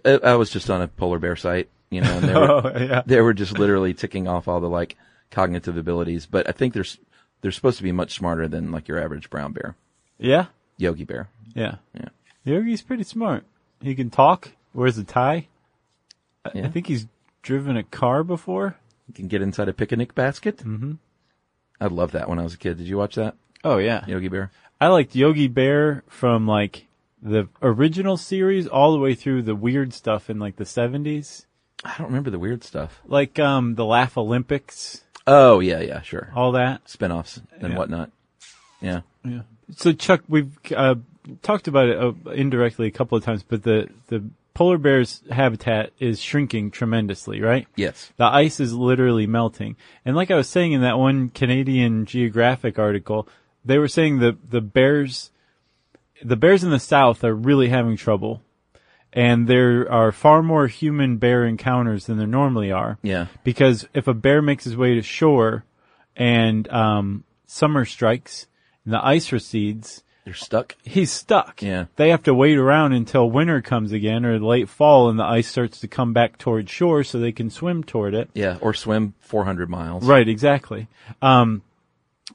S3: I, I was just on a polar bear site, you know, and they were
S2: Oh, yeah.
S3: they were just literally ticking off all the like cognitive abilities. But I think they're s- they're supposed to be much smarter than like your average brown bear,
S2: Yeah.
S3: Yogi bear.
S2: Yeah.
S3: Yeah.
S2: Yogi's pretty smart. He can talk, wears a tie. I- I
S3: Yeah.
S2: think he's driven a car before.
S3: You can get inside a picnic basket. Mm-hmm. I love that when I was a kid. Did you watch that
S2: Oh yeah.
S3: Yogi Bear?
S2: I liked Yogi Bear from like the original series all the way through the weird stuff in like the 70s.
S3: I don't remember the weird stuff.
S2: Like um the Laugh Olympics,
S3: Oh yeah, yeah, sure.
S2: all that.
S3: Spinoffs and
S2: Yeah.
S3: whatnot. Yeah.
S2: Yeah. So Chuck, we've uh, talked about it uh, indirectly a couple of times, but the the polar bear's habitat is shrinking tremendously, right?
S3: Yes.
S2: The ice is literally melting. And like I was saying in that one Canadian Geographic article, they were saying the the bears the bears in the south are really having trouble. And there are far more human bear encounters than there normally are
S3: Yeah.
S2: because if a bear makes his way to shore and um, summer strikes and the ice recedes,
S3: They're stuck.
S2: he's stuck.
S3: Yeah.
S2: They have to wait around until winter comes again or late fall and the ice starts to come back toward shore so they can swim toward it.
S3: Yeah. Or swim 400 miles.
S2: Right, exactly. Um,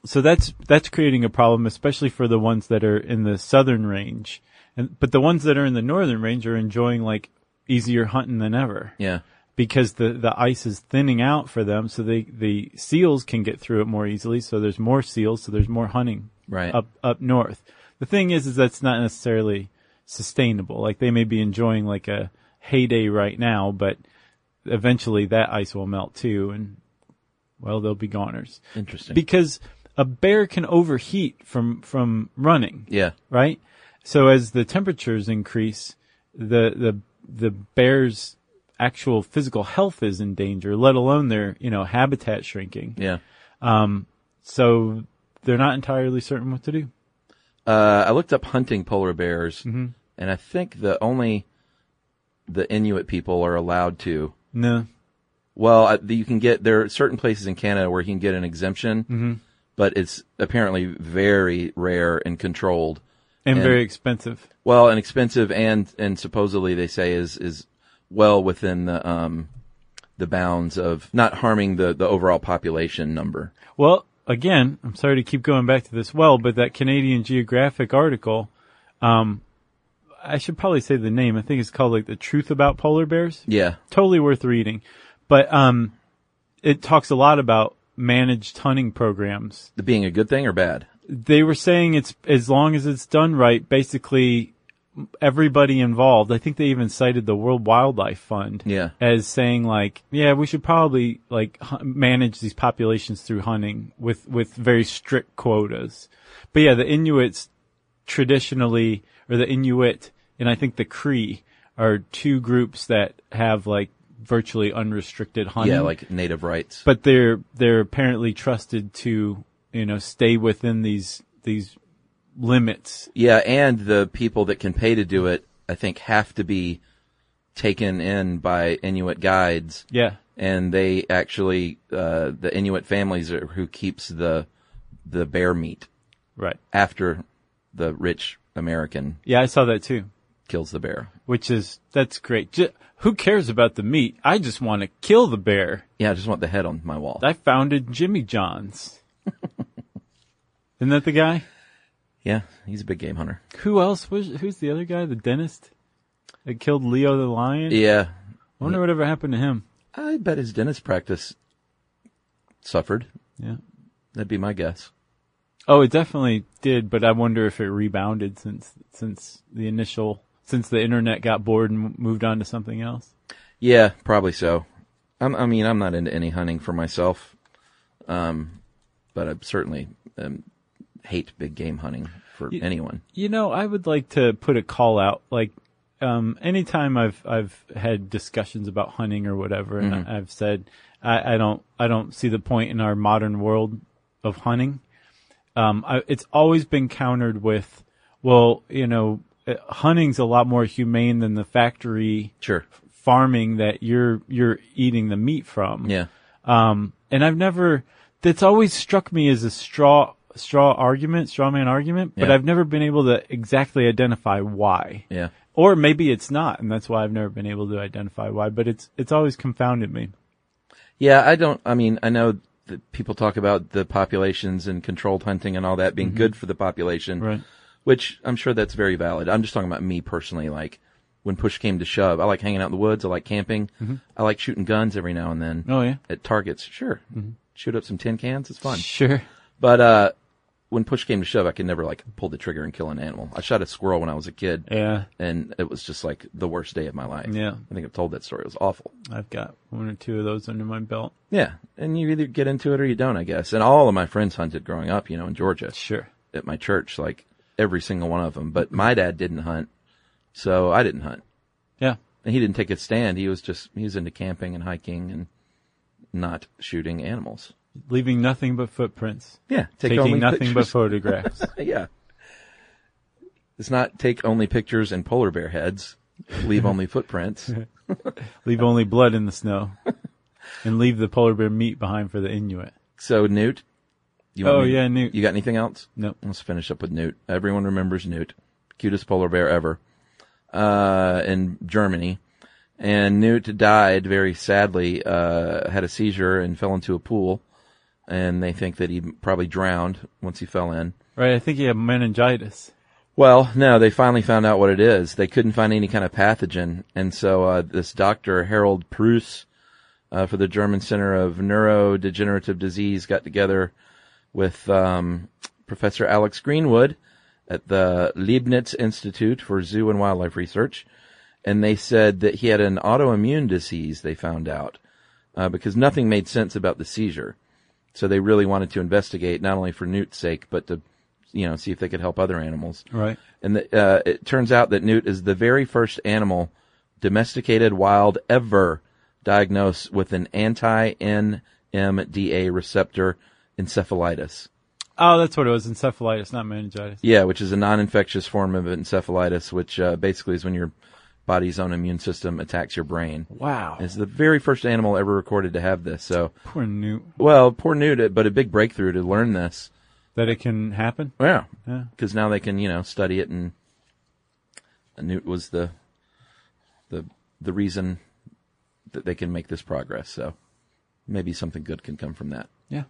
S2: so that's that's creating a problem, especially for the ones that are in the southern range, and but the ones that are in the northern range are enjoying like easier hunting than ever
S3: Yeah.
S2: because the, the ice is thinning out for them, so they the seals can get through it more easily. So there's more seals, so there's more hunting
S3: Right.
S2: up up north. The thing is, is that's not necessarily sustainable. Like they may be enjoying like a heyday right now, but eventually that ice will melt too, and well, they'll be goners
S3: Interesting.
S2: because a bear can overheat from from running
S3: yeah.
S2: right? So as the temperatures increase, the the the bear's actual physical health is in danger, let alone their you know habitat shrinking.
S3: Yeah.
S2: So they're not entirely certain what to do.
S3: Uh, I looked up hunting polar bears,
S2: Mm-hmm.
S3: and I think the only the Inuit people are allowed to.
S2: No,
S3: Well, I, you can get there are certain places in Canada where you can get an exemption,
S2: Mm-hmm.
S3: but it's apparently very rare and controlled.
S2: and,
S3: And-
S2: very expensive.
S3: Well, and expensive, and and supposedly they say is is well within the um the bounds of not harming the the overall population number.
S2: Well, again, I'm sorry to keep going back to this well, but that Canadian Geographic article, um, I should probably say the name. I think it's called like the truth about polar bears.
S3: Yeah,
S2: totally worth reading. But um, it talks a lot about managed hunting programs.
S3: being a good thing or bad.
S2: They were saying it's as long as it's done right, basically everybody involved. I think they even cited the World Wildlife Fund
S3: Yeah.
S2: as saying like, yeah, we should probably like hu- manage these populations through hunting with with very strict quotas. But yeah, the Inuits traditionally, or the Inuit and I think the Cree are two groups that have like virtually unrestricted hunting.
S3: Yeah, like native rights.
S2: but they're they're apparently trusted to you know stay within these these limits.
S3: Yeah, and the people that can pay to do it, I think, have to be taken in by Inuit guides,
S2: Yeah,
S3: and they actually, uh, the Inuit families are who keeps the the bear meat
S2: right.
S3: after the rich American
S2: Yeah, I saw that too.
S3: kills the bear.
S2: Which is that's great. Ju- who cares about the meat? I just want to kill the bear.
S3: Yeah, I just want the head on my wall.
S2: I founded Jimmy John's. Isn't that the guy?
S3: yeah, he's a big game hunter.
S2: Who else was? Who's the other guy? The dentist that killed Leo the lion.
S3: Yeah,
S2: I wonder whatever happened to him.
S3: I bet his dentist practice suffered.
S2: Yeah.
S3: That'd be my guess.
S2: Oh, it definitely did, but I wonder if it rebounded since since the initial since the internet got bored and moved on to something else.
S3: Yeah, probably so. I'm, I mean, I'm not into any hunting for myself, um, but I certainly um, hate big game hunting for anyone.
S2: You know, I would like to put a call out. Like, um, anytime I've I've had discussions about hunting or whatever, and I I've said I, I don't I don't see the point in our modern world of hunting. Um, I, it's always been countered with, well, you know, uh, hunting's a lot more humane than the factory
S3: Sure.
S2: farming that you're you're eating the meat from.
S3: Yeah.
S2: Um, and I've never, that's always struck me as a straw, straw argument, straw man argument, but
S3: Yeah.
S2: I've never been able to exactly identify why.
S3: Yeah.
S2: Or maybe it's not, and that's why I've never been able to identify why, but it's, it's always confounded me.
S3: Yeah. I don't, I mean, I know that people talk about the populations and controlled hunting and all that being good for the population,
S2: Mm-hmm. Right.
S3: which I'm sure that's very valid. I'm just talking about me personally. Like when push came to shove, I like hanging out in the woods. I like camping. I like shooting guns every now and then
S2: Mm-hmm. Oh yeah.
S3: at targets. Sure. shoot up some tin cans. It's fun.
S2: Sure.
S3: But uh, when push came to shove, I could never like pull the trigger and kill an animal. I shot a squirrel when I was a kid,
S2: Yeah.
S3: and it was just like the worst day of my life.
S2: Yeah.
S3: I think I've told that story. It was awful.
S2: I've got one or two of those under my belt.
S3: Yeah, and you either get into it or you don't, I guess. And all of my friends hunted growing up, you know, in Georgia
S2: Sure.
S3: at my church, like every single one of them. But my dad didn't hunt, so I didn't hunt.
S2: Yeah.
S3: And he didn't take a stand. He was just he was into camping and hiking and not shooting animals.
S2: Leaving nothing but footprints.
S3: Yeah, take
S2: taking
S3: only
S2: nothing but
S3: pictures.
S2: photographs.
S3: Uh, yeah. It's not take only pictures and polar bear heads. Leave only footprints.
S2: leave only blood in the snow. And leave the polar bear meat behind for the Inuit.
S3: So Newt, you
S2: Oh,
S3: me to-
S2: yeah, Newt.
S3: You got anything else?
S2: Nope.
S3: Let's finish up with Newt. Everyone remembers Newt, cutest polar bear ever, uh, in Germany. And Newt died very sadly, uh, had a seizure and fell into a pool. And they think that he probably drowned once he fell in.
S2: Right. I think he had meningitis.
S3: Well, no, they finally found out what it is. They couldn't find any kind of pathogen. And so, uh, this doctor, Harold Preuss, uh, for the German Center of Neurodegenerative Disease got together with, um, Professor Alex Greenwood at the Leibniz Institute for Zoo and Wildlife Research. And they said that he had an autoimmune disease, they found out, uh, because nothing made sense about the seizure. So they really wanted to investigate not only for Newt's sake, but to, you know, see if they could help other animals.
S2: Right.
S3: And the, uh, it turns out that Newt is the very first animal, domesticated wild ever, diagnosed with an anti-NMDA receptor encephalitis.
S2: Oh, that's what it was. Encephalitis, not meningitis.
S3: Yeah, which is a non-infectious form of encephalitis, which uh, basically is when your body's own immune system attacks your brain.
S2: Wow.
S3: It's the very first animal ever recorded to have this. So,
S2: Poor Newt.
S3: well, poor Newt, but a big breakthrough to learn this.
S2: That it can happen.
S3: Yeah.
S2: Yeah.
S3: Because now they can, you know, study it, and and Newt was the the the reason that they can make this progress. So maybe something good can come from that.
S2: Yeah.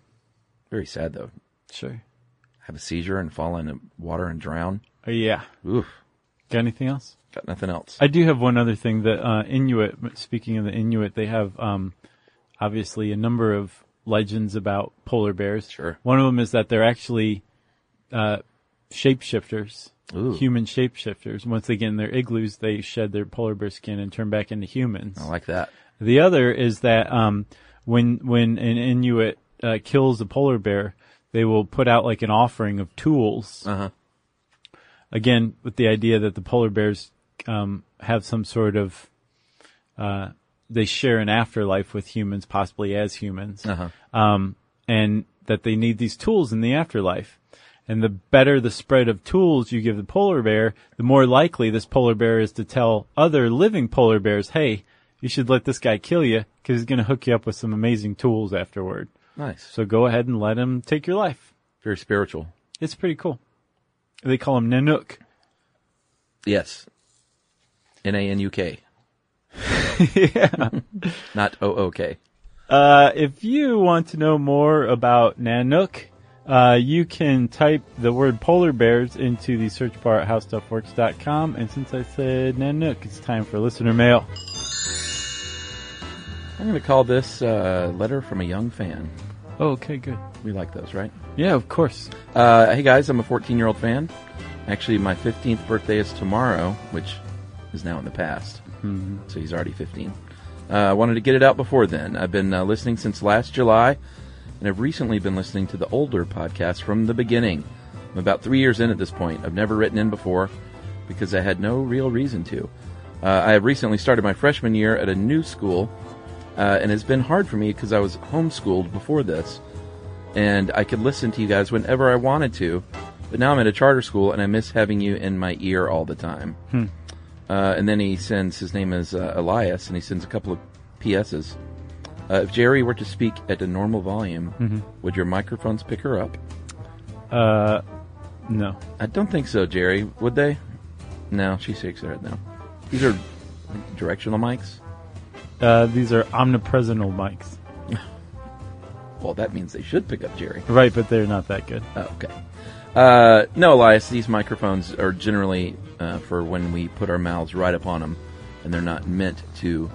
S3: Very sad though.
S2: Sure.
S3: Have a seizure and fall into water and drown.
S2: Uh, yeah.
S3: Oof.
S2: Got anything else?
S3: Got nothing else.
S2: I do have one other thing that uh, Inuit. Speaking of the Inuit, they have um, obviously a number of legends about polar bears.
S3: Sure.
S2: One of them is that they're actually uh, shapeshifters,
S3: Ooh.
S2: human shapeshifters. Once they get in their igloos, they shed their polar bear skin and turn back into humans.
S3: I like that.
S2: The other is that um, when when an Inuit uh, kills a polar bear, they will put out like an offering of tools.
S3: Uh-huh.
S2: Again, with the idea that the polar bears um, have some sort of uh, they share an afterlife with humans, possibly as humans,
S3: Uh huh.
S2: um, and that they need these tools in the afterlife. And the better the spread of tools you give the polar bear, the more likely this polar bear is to tell other living polar bears, "Hey, you should let this guy kill you because he's going to hook you up with some amazing tools afterward.
S3: Nice.
S2: So go ahead and let him take your life.
S3: Very spiritual.
S2: It's pretty cool." They call him Nanook.
S3: Yes. N a n u k. Not o o k.
S2: Uh, if you want to know more about Nanook, uh, you can type the word polar bears into the search bar at howstuffworks.com. And since I said Nanook, it's time for listener mail.
S3: I'm going to call this uh, letter from a young fan.
S2: Oh, okay, good.
S3: We like those, right?
S2: Yeah, of course.
S3: Uh, hey guys, I'm a 14 year old fan. Actually, my 15th birthday is tomorrow, which is now in the past. So he's already 15. Uh, I wanted to get it out before then. I've been uh, listening since last July, and I've recently been listening to the older podcast from the beginning. I'm about three years in at this point. I've never written in before because I had no real reason to. Uh, I have recently started my freshman year at a new school, uh, and it's been hard for me because I was homeschooled before this and I could listen to you guys whenever I wanted to. But now I'm at a charter school, and I miss having you in my ear all the time. Uh, and then he sends his name is uh, Elias, and he sends a couple of PSs. Uh, if Jerry were to speak at a normal volume, would your microphones pick her up?
S2: Uh, no.
S3: I don't think so, Jerry. Would they? No, she shakes her head no. These are directional mics.
S2: Uh, these are omnipresental mics.
S3: Well, that means they should pick up Jerry.
S2: Right, but they're not that good.
S3: Oh, okay. Uh, no, Elias, these microphones are generally uh, for when we put our mouths right upon them, and they're not meant to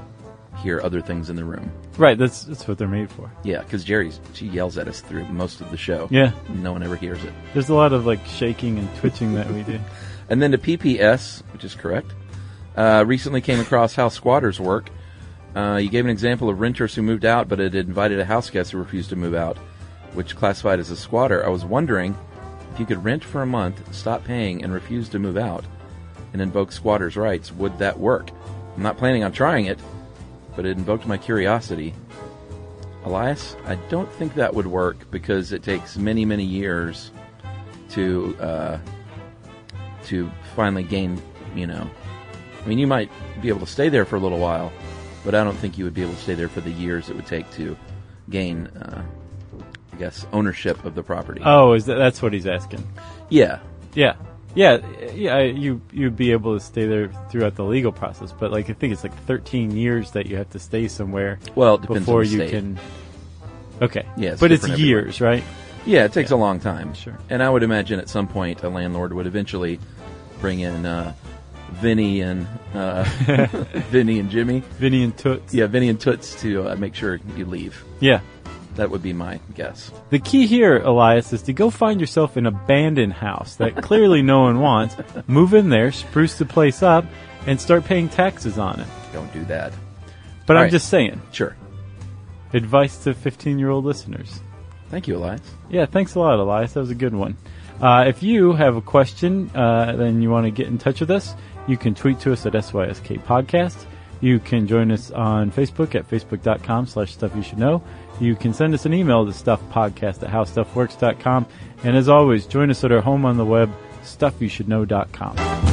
S3: hear other things in the room.
S2: Right. That's that's what they're made for.
S3: Yeah, because Jerry's she yells at us through most of the show.
S2: Yeah.
S3: no one ever hears it.
S2: There's a lot of like shaking and twitching that we do.
S3: And then to PPS, which is correct, uh, recently came across how squatters work. Uh, you gave an example of renters who moved out, but it invited a house guest who refused to move out, which classified as a squatter. I was wondering if you could rent for a month, stop paying, and refuse to move out, and invoke squatters' rights. Would that work? I'm not planning on trying it, but it invoked my curiosity. Elias, I don't think that would work because it takes many, many years to uh, to finally gain, you know. I mean, you might be able to stay there for a little while, but I don't think you would be able to stay there for the years it would take to gain, uh, I guess, ownership of the property.
S2: Oh, is that that's what he's asking?
S3: yeah.
S2: Yeah. Yeah, yeah, you you'd be able to stay there throughout the legal process, but like I think it's like 13 years that you have to stay somewhere
S3: Well, it depends
S2: before
S3: on the
S2: you
S3: state.
S2: can. Okay.
S3: Yeah, it's
S2: but it's
S3: different everywhere.
S2: years, right?
S3: Yeah, it takes a long time.
S2: Sure.
S3: And I would imagine at some point a landlord would eventually bring in uh, Vinny and uh, Vinny and Jimmy.
S2: Vinny and Toots.
S3: Yeah, Vinny and Toots to uh, make sure you leave.
S2: Yeah.
S3: That would be my guess.
S2: The key here, Elias, is to go find yourself an abandoned house that clearly no one wants, move in there, spruce the place up, and start paying taxes on it.
S3: Don't do that.
S2: But I'm
S3: Right.
S2: just saying,
S3: Sure.
S2: advice to 15 year old listeners.
S3: Thank you, Elias.
S2: Yeah, thanks a lot, Elias. That was a good one. Uh, if you have a question, uh, then you want to get in touch with us, you can tweet to us at SYSK Podcast. You can join us on Facebook at facebook.com slash stuff you should know. You can send us an email to stuffpodcast at howstuffworks.com. And as always, join us at our home on the web, stuffyoushouldknow.com.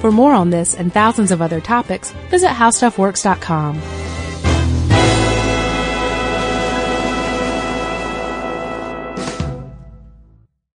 S1: For more on this and thousands of other topics, visit howstuffworks.com.